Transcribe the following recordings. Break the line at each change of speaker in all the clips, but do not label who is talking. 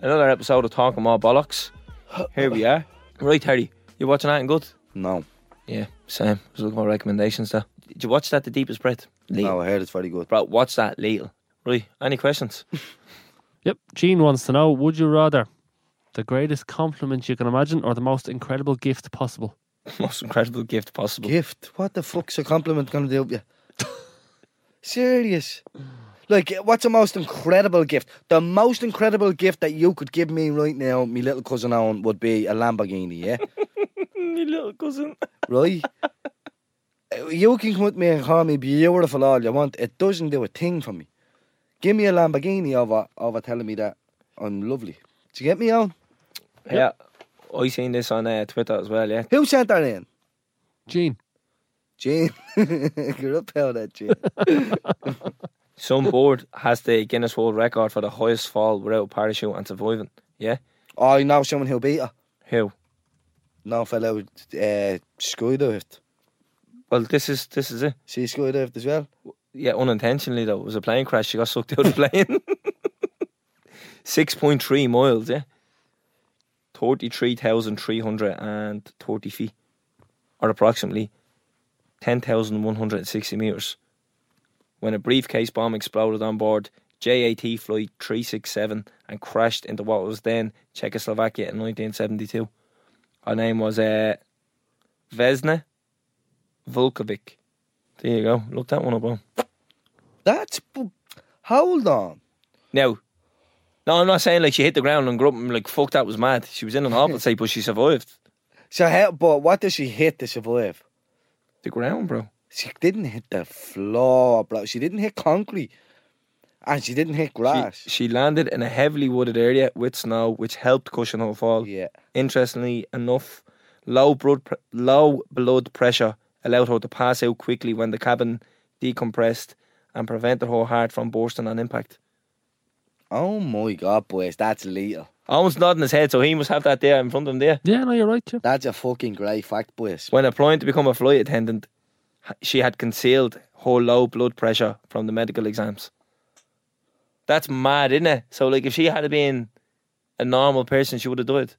another episode of Talking More Bollocks. Here we are. Right, Harry, you watching that and good?
No,
Yeah, same. I was looking for recommendations there. Did you watch that, The Deepest Breath? Lethal.
no, I heard it's very good.
Bro, watch that, Lethal. Right, any questions?
Yep. Gene wants to know Would you rather the greatest compliment you can imagine or the most incredible gift possible?
Most incredible gift possible.
Gift? What the fuck's a compliment gonna do? Yeah. Serious? Like, what's the most incredible gift? The most incredible gift that you could give me right now, me little cousin Owen, would be a Lamborghini, yeah?
Me little cousin.
right? Uh, You can come with me and call me beautiful all you want. It doesn't do a thing for me. Give me a Lamborghini over over telling me that I'm lovely. Do you get me on?
Yeah. I seen this on uh, Twitter as well, yeah.
Who sent that in?
Gene.
Gene. You're up how that Gene.
Some board has the Guinness World Record for the highest fall without a parachute and surviving. Yeah?
oh, I know someone who'll beat her.
Who?
No fellow uh skydived.
Well, this is this is it.
She skydived as well.
Yeah, unintentionally though. It was a plane crash. She got sucked out of the plane. 6.3 miles, yeah. 33,330 feet. Or approximately 10,160 metres. When a briefcase bomb exploded on board JAT Flight 367 and crashed into what was then Czechoslovakia in 1972. Her name was uh, Vesna Vulkovic. There you go. Look that one up. On.
That's bu- hold on.
Now, no, I'm not saying like she hit the ground and grew up and like fuck that was mad. She was in an awful state, but she survived
So how but what does she hit to survive?
the ground, bro.
She didn't hit the floor, bro. She didn't hit concrete. And she didn't hit
She,
grass.
she landed in a heavily wooded area with snow, which helped cushion her fall.
Yeah.
Interestingly enough, low blood pr- low blood pressure allowed her to pass out quickly when the cabin decompressed and prevented her heart from bursting on impact.
Oh my god, boys, that's lethal.
Almost nodding his head, so he must have that there in front of him there.
Yeah, no, you're right, Jim.
That's a fucking great fact, boys.
When applying to become a flight attendant, h- she had concealed her low blood pressure from the medical exams. That's mad, isn't it? So, like, if she had been a normal person, she would have died.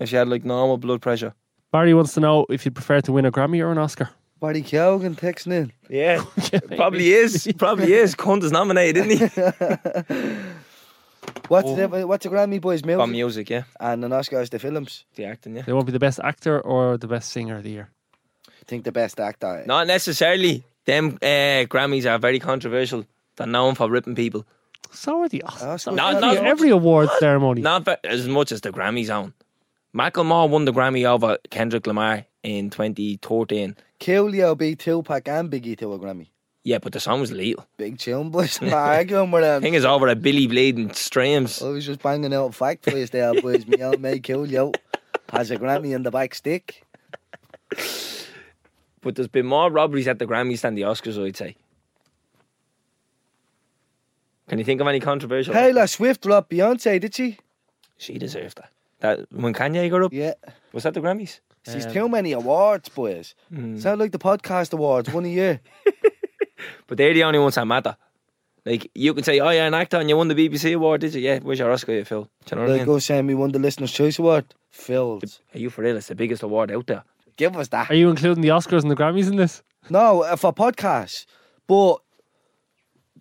If she had like normal blood pressure.
Barry wants to know if you'd prefer to win a Grammy or an Oscar.
Barry Keoghan texting in.
Yeah, probably is. Probably is. Cunt is nominated, isn't he?
What's the, what's the Grammy boys music?
On music, yeah,
and an Oscars the films.
the acting, yeah.
They won't be the best actor or the best singer of the year.
I think the best actor. eh?
Not necessarily. Them uh, Grammys are very controversial. They're known for ripping people.
So are the Oscars.
Oscars.
No,
Every-
no, no.
every award ceremony.
Not ve- as much as the Grammys own. Macklemore won the Grammy over Kendrick Lamar in 2013.
Coolio beat Tupac and Biggie to a Grammy.
Yeah, but the song was lethal.
Big tune, boys. I'm not arguing with them.
thing is over at Billy Bleeding Streams.
I was just banging out fact for you there, boys. Me old mate Coolio has a Grammy in the back stick.
But there's been more robberies at the Grammys than the Oscars, I'd say. Can you think of any controversial?
Taylor Swift dropped Beyonce, did she?
She deserved that. That when Kanye got up,
Yeah.
was that the Grammys? Hmm.
She's
Um,
too many awards, boys. It's not like the podcast awards, one a year.
But they're the only ones that matter. Like you can say, "Oh yeah, an actor, and you won the BBC award, did you? Yeah, where's your Oscar, you Phil?" Do you know what I
Like oh.
mean?
go saying we won the Listener's Choice Award. Filled.
Are you for real? It's the biggest award out there.
Give us that.
Are you including the Oscars and the Grammys in this?
No, uh, for podcasts. But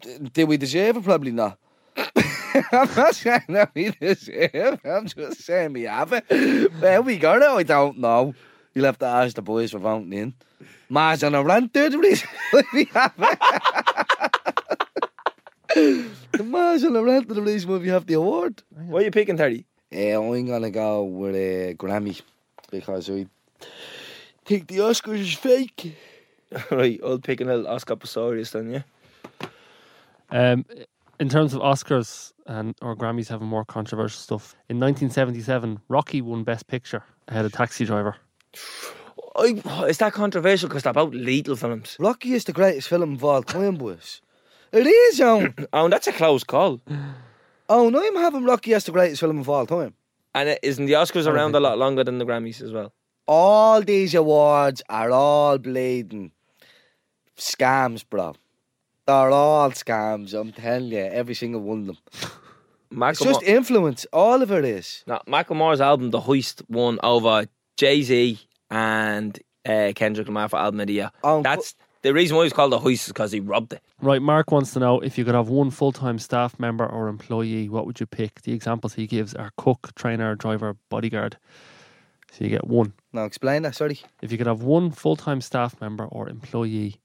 d- do we deserve it? Probably not. I'm not saying that we deserve it. I'm just saying we have it. Where we go now, I don't know. You'll have to ask the boys for voting in. Mars on a rant, dude. We we have it. the Mars on a rant are the reason why we have the award.
What are you picking, Terry?
Yeah, I'm gonna go with a Grammy because I think the Oscars is fake.
right, I'll pick an little Oscar Pistorius then, yeah.
Um, in terms of Oscars and or Grammys having more controversial stuff, in 1977, Rocky won Best Picture ahead of Taxi Driver.
I, is that controversial? Because they're both lethal films.
Rocky is the greatest film of all time, boys. It is, Owen.
Oh, and that's a close call.
Owen, I'm having Rocky as the greatest film of all time.
And it, isn't the Oscars
don't
around
think
a lot longer than the Grammys as well?
All these awards are all bleeding scams, bro. They're all scams, I'm telling you, every single one of them. It's just
Macklemore,
influence. All of it is.
no, Macklemore's album The Heist won over Jay Z and uh, Kendrick Lamar for album of the year.
Um,
That's the reason why it's called The Heist is because he robbed it.
Right, Mark wants to know if you could have one full time staff member or employee, what would you pick? The examples he gives are cook, trainer, driver, bodyguard. So you get one.
Now explain that. Sorry,
If you could have one full time staff member or employee,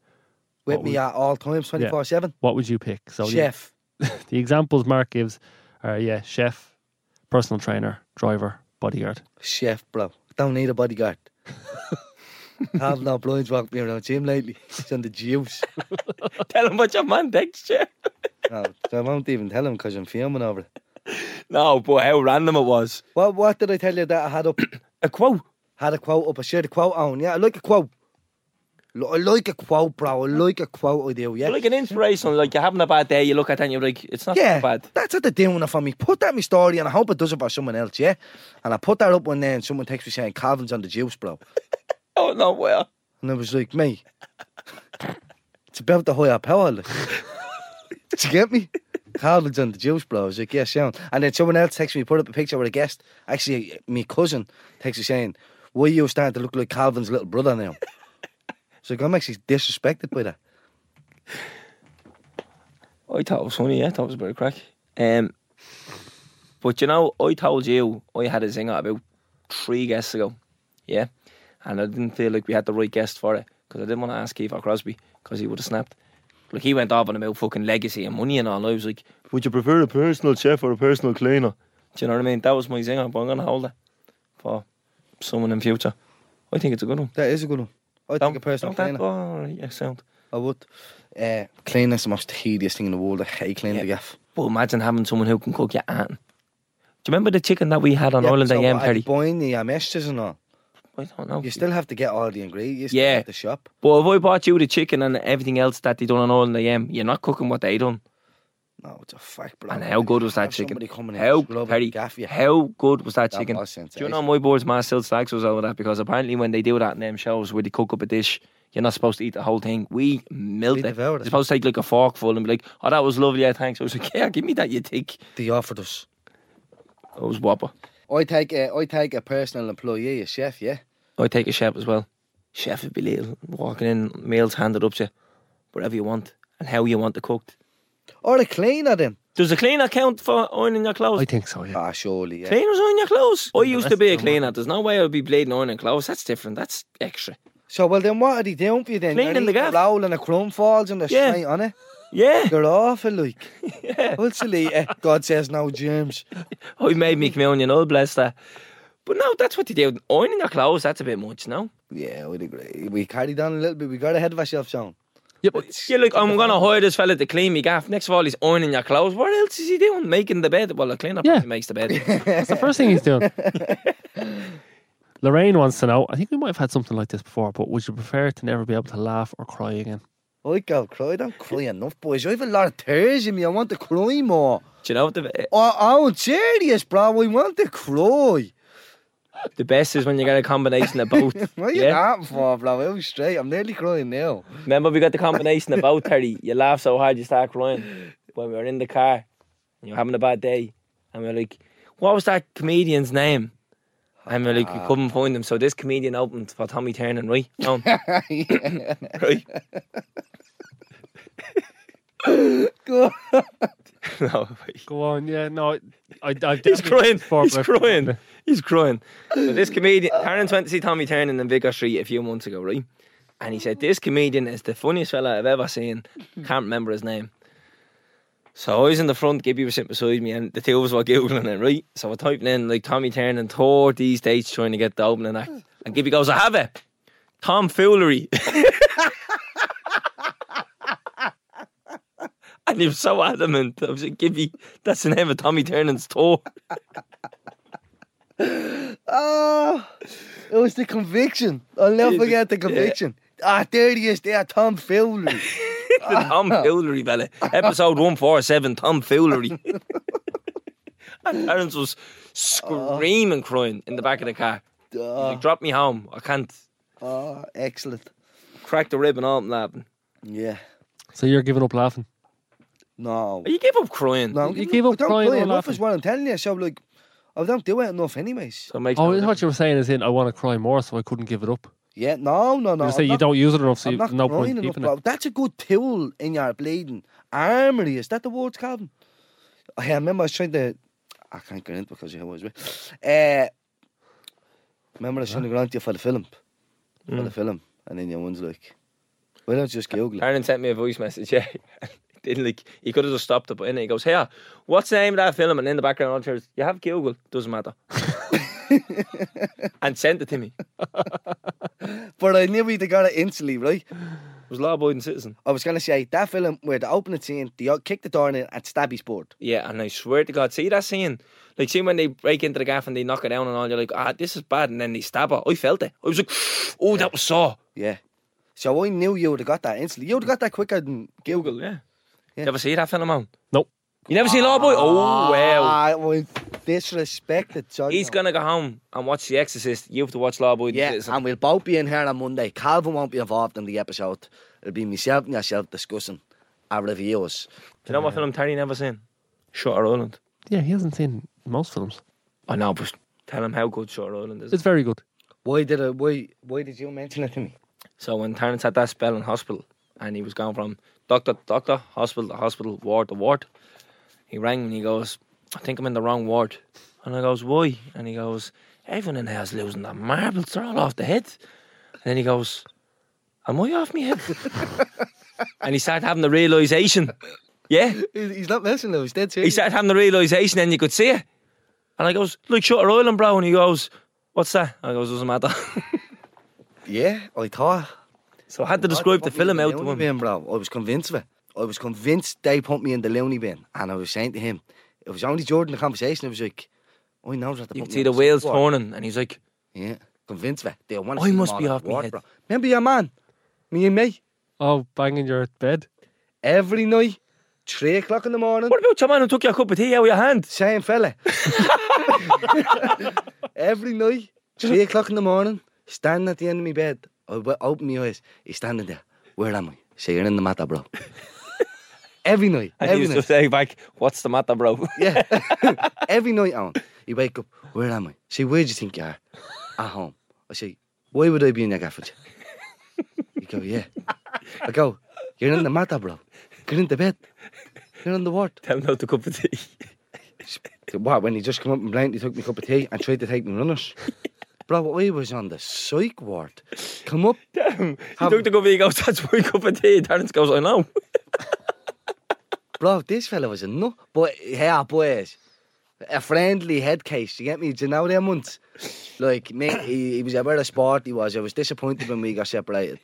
with
What
me
would-
at all times, twenty four seven.
what would you pick? So the-
Chef.
The, examples Mark gives are yeah, chef, personal trainer, driver, bodyguard.
Chef, bro. Don't need a bodyguard. Have no blinds walked me around gym lately. It's on the juice.
Tell him what your man thinks, Jay.
No, Oh, I won't even tell him because I'm filming over it.
No, but how random it was.
What What did I tell you that I had up?
A quote.
Had a quote up. I shared a quote on. Yeah, I like a quote. Lo- I like a quote, bro. I like a quote. I do. Yeah.
Like an inspiration. Like you're having a bad day, you look at that and you're like, it's not
yeah,
that bad.
that's what they're doing it for me. Put that in my story, and I hope it does it for someone else, yeah? And I put that up one day, and someone texts me saying, Calvin's on the juice, bro.
Oh, no, well.
And I was like, mate, it's about the higher power. Like. Did you get me? Calvin's on the juice, bro. I was like, yeah, sound. And then someone else texts me, put up a picture with a guest. Actually, my cousin texts me saying, why are you starting to look like Calvin's little brother now? So like, I'm actually disrespected by that.
I thought it was funny, yeah. I thought it was a bit of crack. Um, but you know, I told you I had a zinger about three guests ago, yeah. And I didn't feel like we had the right guest for it because I didn't want to ask Keith or Crosby because he would have snapped. Like he went off on about fucking legacy and money and all. I was like, would you prefer a personal chef or a personal cleaner? Do you know what I mean? That was my zinger, but I'm gonna hold it for someone in future. I think it's a good one.
That is a good one. I think a personal
don't
cleaner.
that- oh, yeah, sound.
I would. Uh, clean is the most hideous thing in the world. I hate cleaning
Yeah.
the gaff.
But imagine having someone who can cook your aunt. Do you remember the chicken that we had on
Yeah,
Ireland
so
AM,
what, are
Terry?
you buying the uh, meshes and all.
I don't know.
You still have to get all the ingredients
Yeah.
at the shop.
But if I bought you the chicken and everything else that they done on Ireland AM, you're not cooking what they done.
No, it's a fact, bro.
And how good was that
Have
chicken?
somebody coming in
How
and scrubbing
Perry,
the gaff, yeah.
how good was that
That
chicken?
was
do you know my board's man still slags was over that because apparently when they do that in them shows where they cook up a dish, you're not supposed to eat the whole thing. We
We
milled it.
devoured
You're
it.
supposed to take like a forkful and be like, "Oh, that was lovely, yeah, thanks." I was like, "Yeah, give me that, you take."
They offered us.
I was whopper.
I take a, I take a personal employee, a chef, yeah.
I take a chef as well. Chef would be little walking in, meals handed up to you, whatever you want and how you want it cooked.
Or a cleaner then.
Does the cleaner count for ironing your clothes?
I think so, yeah.
Ah, surely, yeah.
Cleaners on your clothes. I used to be a
That's normal.
cleaner. There's no way I would be bleeding on in clothes. That's different. That's extra.
So, well, then what are they doing for you then?
Cleaning
You're
the
eating
gaff.
A roll and a crumb falls and they're
Yeah.
straight on it.
Yeah.
You're awful, like. yeah. Well, Salita, God says no germs.
I made me communion. Oh, bless that. But no, that's what they do. Ironing your clothes, that's a bit much, no?
Yeah, we'd agree. We carried on a little bit. We got ahead of ourselves, Sean.
Yep.
You're like, I'm going to hire this fella to clean me gaff. Next of all, he's ironing your clothes. What else is he doing? Making the bed. Well, a cleaner
Yeah.
probably makes the bed.
That's the first thing he's doing. Lorraine wants to know. I think we might have had something like this before, but would you prefer to never be able to laugh or cry again?
I go cry. I don't cry enough, boys. I have a lot of tears in me. I want to cry more.
Do you know what the,
Oh, I'm serious, bro. I want to cry.
the best is when you get a combination of both?
What are you
yeah.
laughing for, bro? I'm straight. I'm nearly crying now.
Remember, we got the combination of both, Terry. You laugh so hard, you start crying. When we were in the car, and you were having a bad day, and we are like, what was that comedian's name? And we are like, we couldn't find him. So this comedian opened for Tommy Turner, right? No, right?
Go-
No, right.
Go on, yeah. No, I, I, I've
he's crying. He's crying. He's crying. So this comedian, Terrence went to see Tommy Turner in Vicar Street a few months ago, right? And he said, This comedian is the funniest fella I've ever seen. Can't remember his name. So I was in the front, Gibby was sitting beside me, and the two of us were Googling it, right? So I typed in like Tommy Turner tour these dates trying to get the opening act. And Gibby goes, I have it. Tom Foolery. and he was so adamant. I was like, Gibby, that's the name of Tommy Turner's tour.
oh, it was the conviction. I'll never
Yeah, the-
forget the conviction. Ah, there he is there, Tom Fowler.
the Tom Foolery fella. Episode 147, Tom Foolery. and Terence was screaming, crying in the back of the car.
Uh.
oh,
Like, drop me home. I can't.
oh, excellent.
Crack the rib and all, I'm laughing.
Yeah.
So you're giving up laughing.
No.
You gave up crying.
No,
You
I
gave up
don't
crying
play
or
enough
nothing?
is what I'm telling you. So like, I don't do it enough, anyways.
So it makes
Oh,
no
I
difference.
thought you were saying is in I want to cry more, so I couldn't give it up.
Yeah, no, no, no.
you say
I'm
you
not-
don't use it enough, so
I'm
you,
not
no point
crying
in
enough,
keeping
bro.
it.
That's a good tool in your bleeding armory. Is that the word, Calvin? I remember I was trying to. I can't get into it because you was with. Uh, remember I was trying to go on to you for the film, for the
Mm.
film, and then your one's like, "Why don't you just Google it?"
Aaron sent me a voice message. Yeah, didn't like he could have just stopped it, but in it he goes, "Here, what's the name of that film?" And in the background, all cheers. You have Google, doesn't matter. and sent it to me. It
But I knew we'd have got it instantly, right?
was Law Abiding Citizen.
I was gonna say that film where the opening scene, they all kick the door in and stab his board.
Yeah, and I swear to God, see that scene? Like, see when they break into the gaff and they knock it down and all, you're like, ah, this is bad. And then they stab her. I felt it. I was like, oh, that was Saw.
Yeah. So I knew you would have got that instantly. You would have got that quicker than Google.
Google, yeah.
Yeah.
You ever see that film, man?
Nope.
You never see Lawboy? Oh, wow.
Ah, well, disrespected. Sorry,
He's going to go home and watch The Exorcist. You have to watch Lawboy.
Yeah, and we'll both be in here on Monday. Calvin won't be involved in the episode. It'll be myself and yourself discussing our reviews.
Do you know what film Terry never seen? Shutter Island.
Yeah, he hasn't seen most films.
I know, but tell him how good Shutter Island is.
It's very good.
Why did I, why why did you mention it to me?
so when Terrence had that spell in hospital and he was going from doctor to doctor, hospital to hospital, ward to ward, he rang me and he goes, I think I'm in the wrong ward. And I goes, why? And he goes, everyone in here's losing their marbles, they're all off the head. And then he goes, am I off my head? and he started having the realisation. Yeah.
He's not listening. He's dead
He
serious.
started having the realisation and you could see it. And I goes, like Shutter Island, bro. And he goes, what's that? I goes, doesn't matter.
yeah, I thought.
so I had to describe the
Put me in
film out to
loony
him.
bin, bro. I was convinced of it. I was convinced they put me in the loony bin, and I was saying to him, it was only during the conversation. It was like, "Oh, I know that.
You could see the wheels turning, and he's like,
Yeah, convinced of it. They want.
I must be off my head.
Bro. Remember your man, me and me,
Oh, banging your bed.
every night, three o'clock in the morning.
"What about your man who took your cup of tea out of your hand?"
Same fella. Every night, three o'clock in the morning, standing at the end of my bed. I w- open my eyes. He's standing there. Where am I? Say you're in the matter, bro. Every night.
And he
every
was
night.
just saying back, "What's the matter, bro?"
Yeah. every night on. You wake up. Where am I? Say, where do you think you are? At home. I say, why would I be in your gaff with you? You go, yeah. I go, you're in the matter, bro. You're in the bed. You're on the ward.
Tell him about the cup of tea.
What, when he just come up and blindly took me cup of tea and tried to take me runners? Bro, I was on the psych ward. Come up.
he took the cup of tea. He goes, "That's my cup of tea." Terence goes, "I know."
Bro, this fella was a nut. But, yeah, boys. A friendly head case, you get me? Do you know them ones? Like, me, he, he was a bit of sport, he was. I was disappointed when we got separated.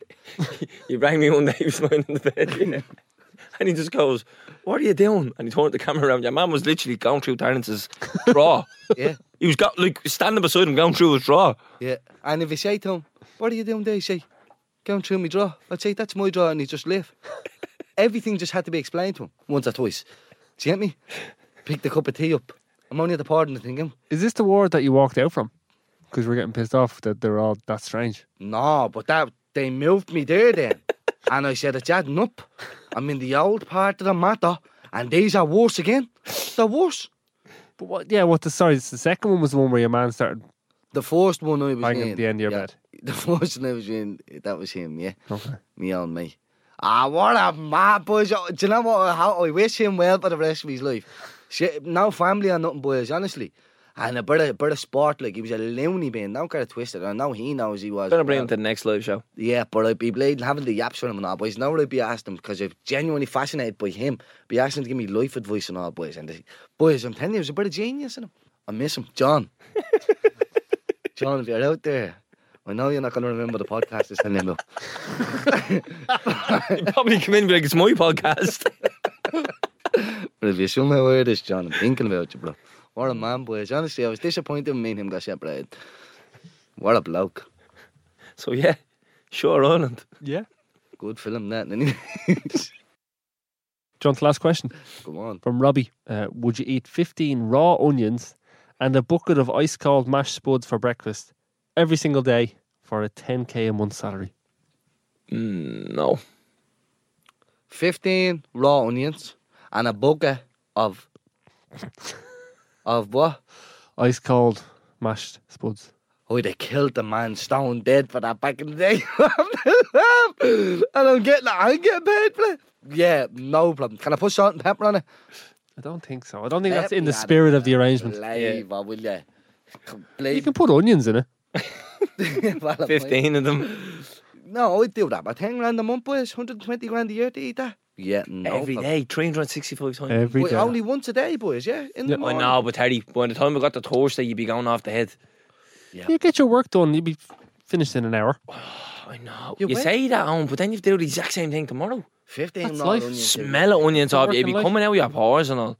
He rang me one day. He was lying in the bed, you know, and he just goes, "What are you doing?" And he turned the camera around. Your man was literally going through Terrence's draw.
Yeah,
He was got like standing beside him, going through his draw.
yeah. And if you say to him, What are you doing there? He say, Going through me draw. I'd say, That's my draw, and he just left. Everything just had to be explained to him once or twice. Do you get me? Pick the cup of tea up. I'm only at the pardon the thing.
Is this the ward that you walked out from? Because we're getting pissed off that they're all that strange.
No, but that they moved me there then. and I said, it's adding up. I'm in the old part of the matter, and these are worse again. They're worse.
But what? Yeah, what the? Sorry, it's the second one was the one where your man started
The first one I was
banging
in.
the end of your
yeah,
bed.
The first one I was in, that was him, yeah.
Okay.
Me on me. Ah, what a mad boys. Oh, Do you know what? How I wish him well for the rest of his life. Shit, no family or nothing, boys, honestly. And a bit of, bit of sport, like he was a loony man. Don't get it twisted. I know he knows he was.
I'm gonna bring him
well.
to the next live show.
Yeah, but I'd be bleeding having the yaps with him and all, boys. Now I'd be asking him because I'm genuinely fascinated by him. Be asking him to give me life advice and all, boys. And the, boys, I'm telling you, there's a bit of genius in him. I miss him, John. John, if you're out there, I know you're not going to remember the podcast this time, but
He probably come in and be like, "It's my podcast."
if you somehow hear this, John, I'm thinking about you, bro. What a man, boys. Honestly, I was disappointed when me and him got separated. What a bloke.
so yeah, sure, Ireland.
Yeah.
Good film, that. anyway.
John, last question
Come on.
from Robbie. Uh, would you eat 15 raw onions and a bucket of ice cold mashed spuds for breakfast every single day for a 10k a month salary?
Mm, no.
15 raw onions and a bucket of of what?
Ice cold mashed spuds.
Oh, they killed the man stone dead for that back in the day. and I'm getting I'm getting paid for it. Yeah, no problem. Can I put salt and pepper on it?
I don't think so. I don't think that's
Let
in the
me add
spirit of the arrangement.
Flavour, will you?
You
Complete.
can put onions in it.
Well, I might.
15 of them
No, I do that. But 10 grand a month, boys. 120 grand a year to eat that. Yeah, no.
every
problem.
day, 365 times.
Every
Wait,
day.
only once a day, boys, yeah? In the
Yeah. I
I
morning.
know, but Terry, by the time we got to Thursday, you'd be going off the head.
You get your work done, you'd be finished in an hour.
I know. You,
You went-
say that, on, but then you have to do the exact same thing tomorrow.
15
That's
raw
life.
onions. dude.
Smell of onions off you. It'd be
Working life.
coming out your pores and all.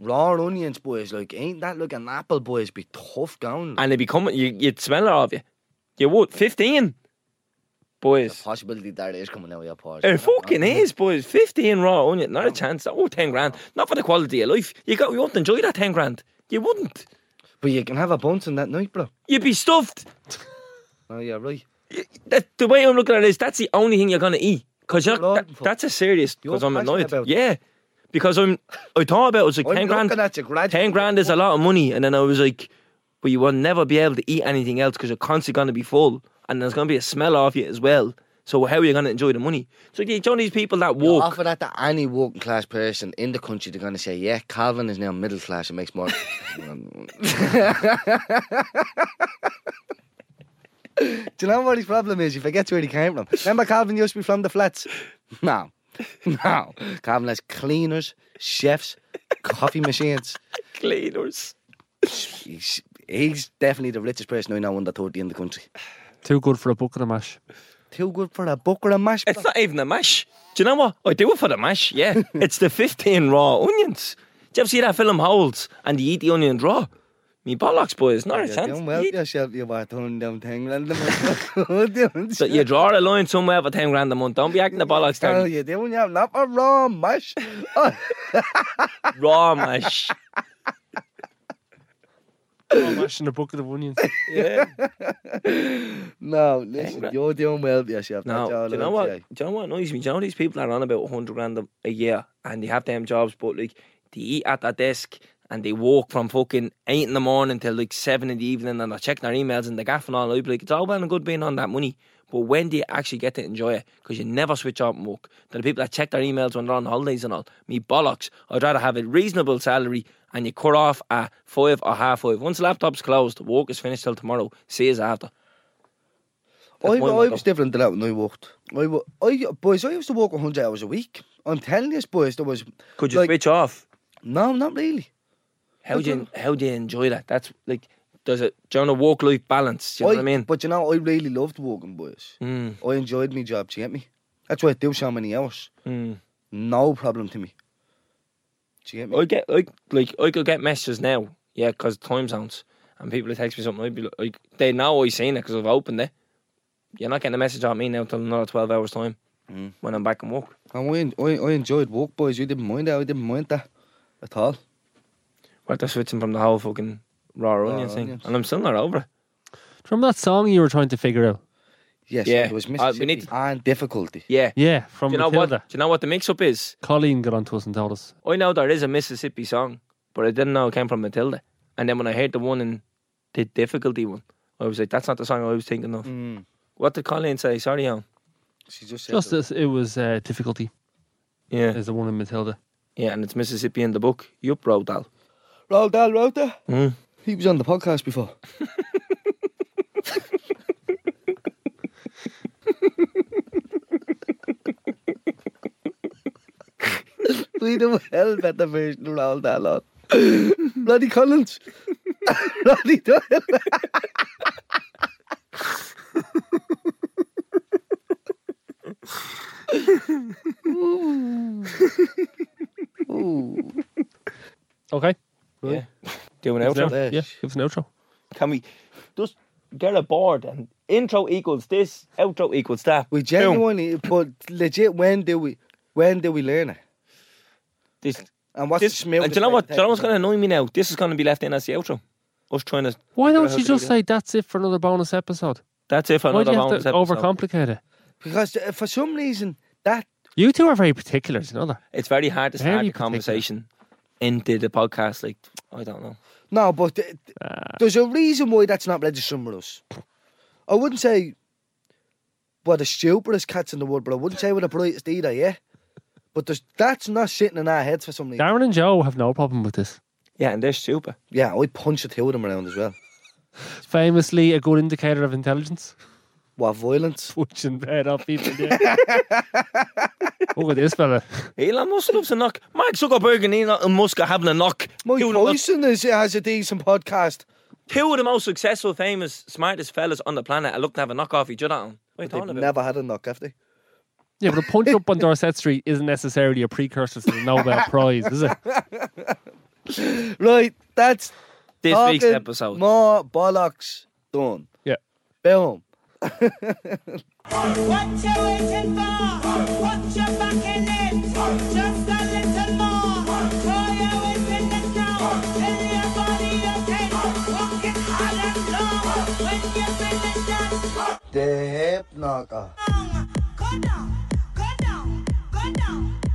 Raw onions, boys. Like, ain't that like an apple, boys? Be tough going.
And it'd be coming, you, you'd smell it off you. You would. 15.
the
Boys.
possibility that is coming out of your pores.
It fucking is, boys. 15 raw onion. Not a chance. Oh, 10 grand. Not for the quality of life. You got, you wouldn't enjoy that 10 grand. You wouldn't.
But you can have a Bunsen that night, bro.
You'd be stuffed.
Oh, yeah, right.
That, the way I'm looking at it is that's the only thing you're going to eat. Because you're,
Lord,
that, that's a serious,
You're
because I'm
passionate
annoyed.
about it.
Yeah. Because I'm, I thought about it, I was like,
I'm
10 grand.
looking at you gradually.
10 grand is a lot of money. And then I was like, but you will never be able to eat anything else because you're constantly going to be full. And there's going to be a smell off you as well. So how are you going to enjoy the money? So you join these people that
You
walk.
Offer that to any working class person in the country, they're going to say, yeah, Calvin is now middle class. It makes more. Do you know what his problem is? He forgets where he came from. Remember, Calvin used to be from the flats? No. No. Calvin has cleaners, chefs, coffee machines.
Cleaners.
He's, he's definitely the richest person I know under 30 in the country.
Too good for a bucket of mash.
Too good for a bucket of mash.
It's not even a mash. Do you know what? I do it for the mash, yeah. it's the 15 raw onions. Do you ever see that film Holes and you eat the onions raw? Me bollocks, boys. Not a
You're
chance.
doing well
You-
yourself. You are doing them things. Doing
so you draw a line somewhere for 10 grand a month. Don't be acting the bollocks,
Tell
Terry.
you, Oh, they only have not a raw mash. Oh,
Raw mash.
Oh, mash and a bucket of onions.
Yeah.
no, listen, you're doing well with yourself. That's
No,
all
do you
I'll
know what?
say.
Do you know what annoys me? Do you know these people that are on about 100 grand a- a year and they have them jobs, but like they eat at their desk and they walk from fucking 8 in the morning till like 7 in the evening and they're checking their emails and the gaff and all. I'd be like, it's all well and good being on that money, but when do you actually get to enjoy it? Because you never switch off and work. There are people that check their emails when they're on holidays and all. Me bollocks. I'd rather have a reasonable salary and you cut off at 5 or half 5. Once the laptop's closed, the work is finished till tomorrow. See you after.
I,
That's my
I
motto.
was different to that when I worked. I, wa- I, boys, I used to work 100 hours a week. I'm telling you, boys, there was
Could you
Like-
switch off?
no, not really.
How do you how do you enjoy that? That's like there's a do you know work life balance. You know what I mean?
But you know, I really loved working, boys.
Mm,
I enjoyed my job. Do you get me? That's why I do so many hours.
mm.
No problem to me. Do you get me?
I get I, like I could get messages now, yeah, because time zones and people that text me something. I'd be like, they know I've seen it because I've opened it. You're not getting a message on me now till another twelve hours time
Mm.
when I'm back in work.
And I, en- I, I enjoyed work, boys. You didn't mind that. I didn't mind that at all.
We're after switching from the whole fucking raw onions thing,
onions.
and I'm still not over it.
Do you remember that song you were trying to figure out?
Yes,
Yeah.
it was
Uh, we
Mississippi
need to-
and difficulty.
Yeah.
Yeah,
Do
from
you know what? Do
Matilda.
you know what the mix up is?
Colleen got on to us and told us.
I know there is a Mississippi song, but I didn't know it came from Matilda. And then when I heard the one in the difficulty one, I was like, that's not the song I was thinking of.
Mm.
What did Colleen say? Sorry, Alan.
She just said
Just
that-
as it was uh, difficulty,
Yeah.
is the one in Matilda.
Yeah, and it's Mississippi in the book. You bro, Dal.
Roald Dahl wrote that.
Mm.
He was on the podcast before. we do well better version of Roald Dahl on. Bloody Collins. Bloody Doyle. Ooh.
Okay.
Yeah. Doing
Give us an
outro.
now.
outro. Yeah, give us an outro.
Can we just get a board and intro equals this, outro equals that.
We
Boom.
genuinely, but legit, when do we, when do we learn it?
This,
And what's the
this,
smell?
and do you know what? Do you know what's going to annoy me now? This is going to be left in as the outro. Us trying to.
Why
Figure out
don't
how
you
to do
just
that.
say that's it for another bonus episode?
That's it for
Why do
another
you
bonus
have to
episode.
overcomplicate it?
Because uh, for some reason that
You two are very particular, you know that.
It's very hard to
Very
start a
particular.
conversation into the podcast. Like I don't know.
No, but th- th- there's a reason why that's not registering with us. I wouldn't say we're the stupidest cats in the world, but I wouldn't say we're the brightest either, yeah? But there's, that's not sitting in our heads for some reason.
Darren and Joe have no problem with this.
Yeah, and they're stupid.
Yeah, I punch a two of them around as well.
It's famously a good indicator of intelligence.
What violence?
Punching bad off people. Yeah. Look at this fella.
Elon Musk loves a knock. Mark Zuckerberg and Elon Musk are having a knock.
Mike
two, of the most,
Tyson is, has a decent podcast.
two of the most successful, famous, smartest fellas on the planet are looking to have a knock off each other. On. What are you
They've
talking about?
never had a knock, have they?
Yeah, but a punch up on Dorset Street isn't necessarily a precursor to the Nobel Prize, is it?
Right, that's
this week's
talking
episode.
More bollocks done.
Yeah.
Boom.
What you waiting for? Put your back in it. Just a little more. Throw your weight in it now. Fill your body up in. Walk it hard and long. When you finish that
The hip knocker.
song, go down, go down, go down,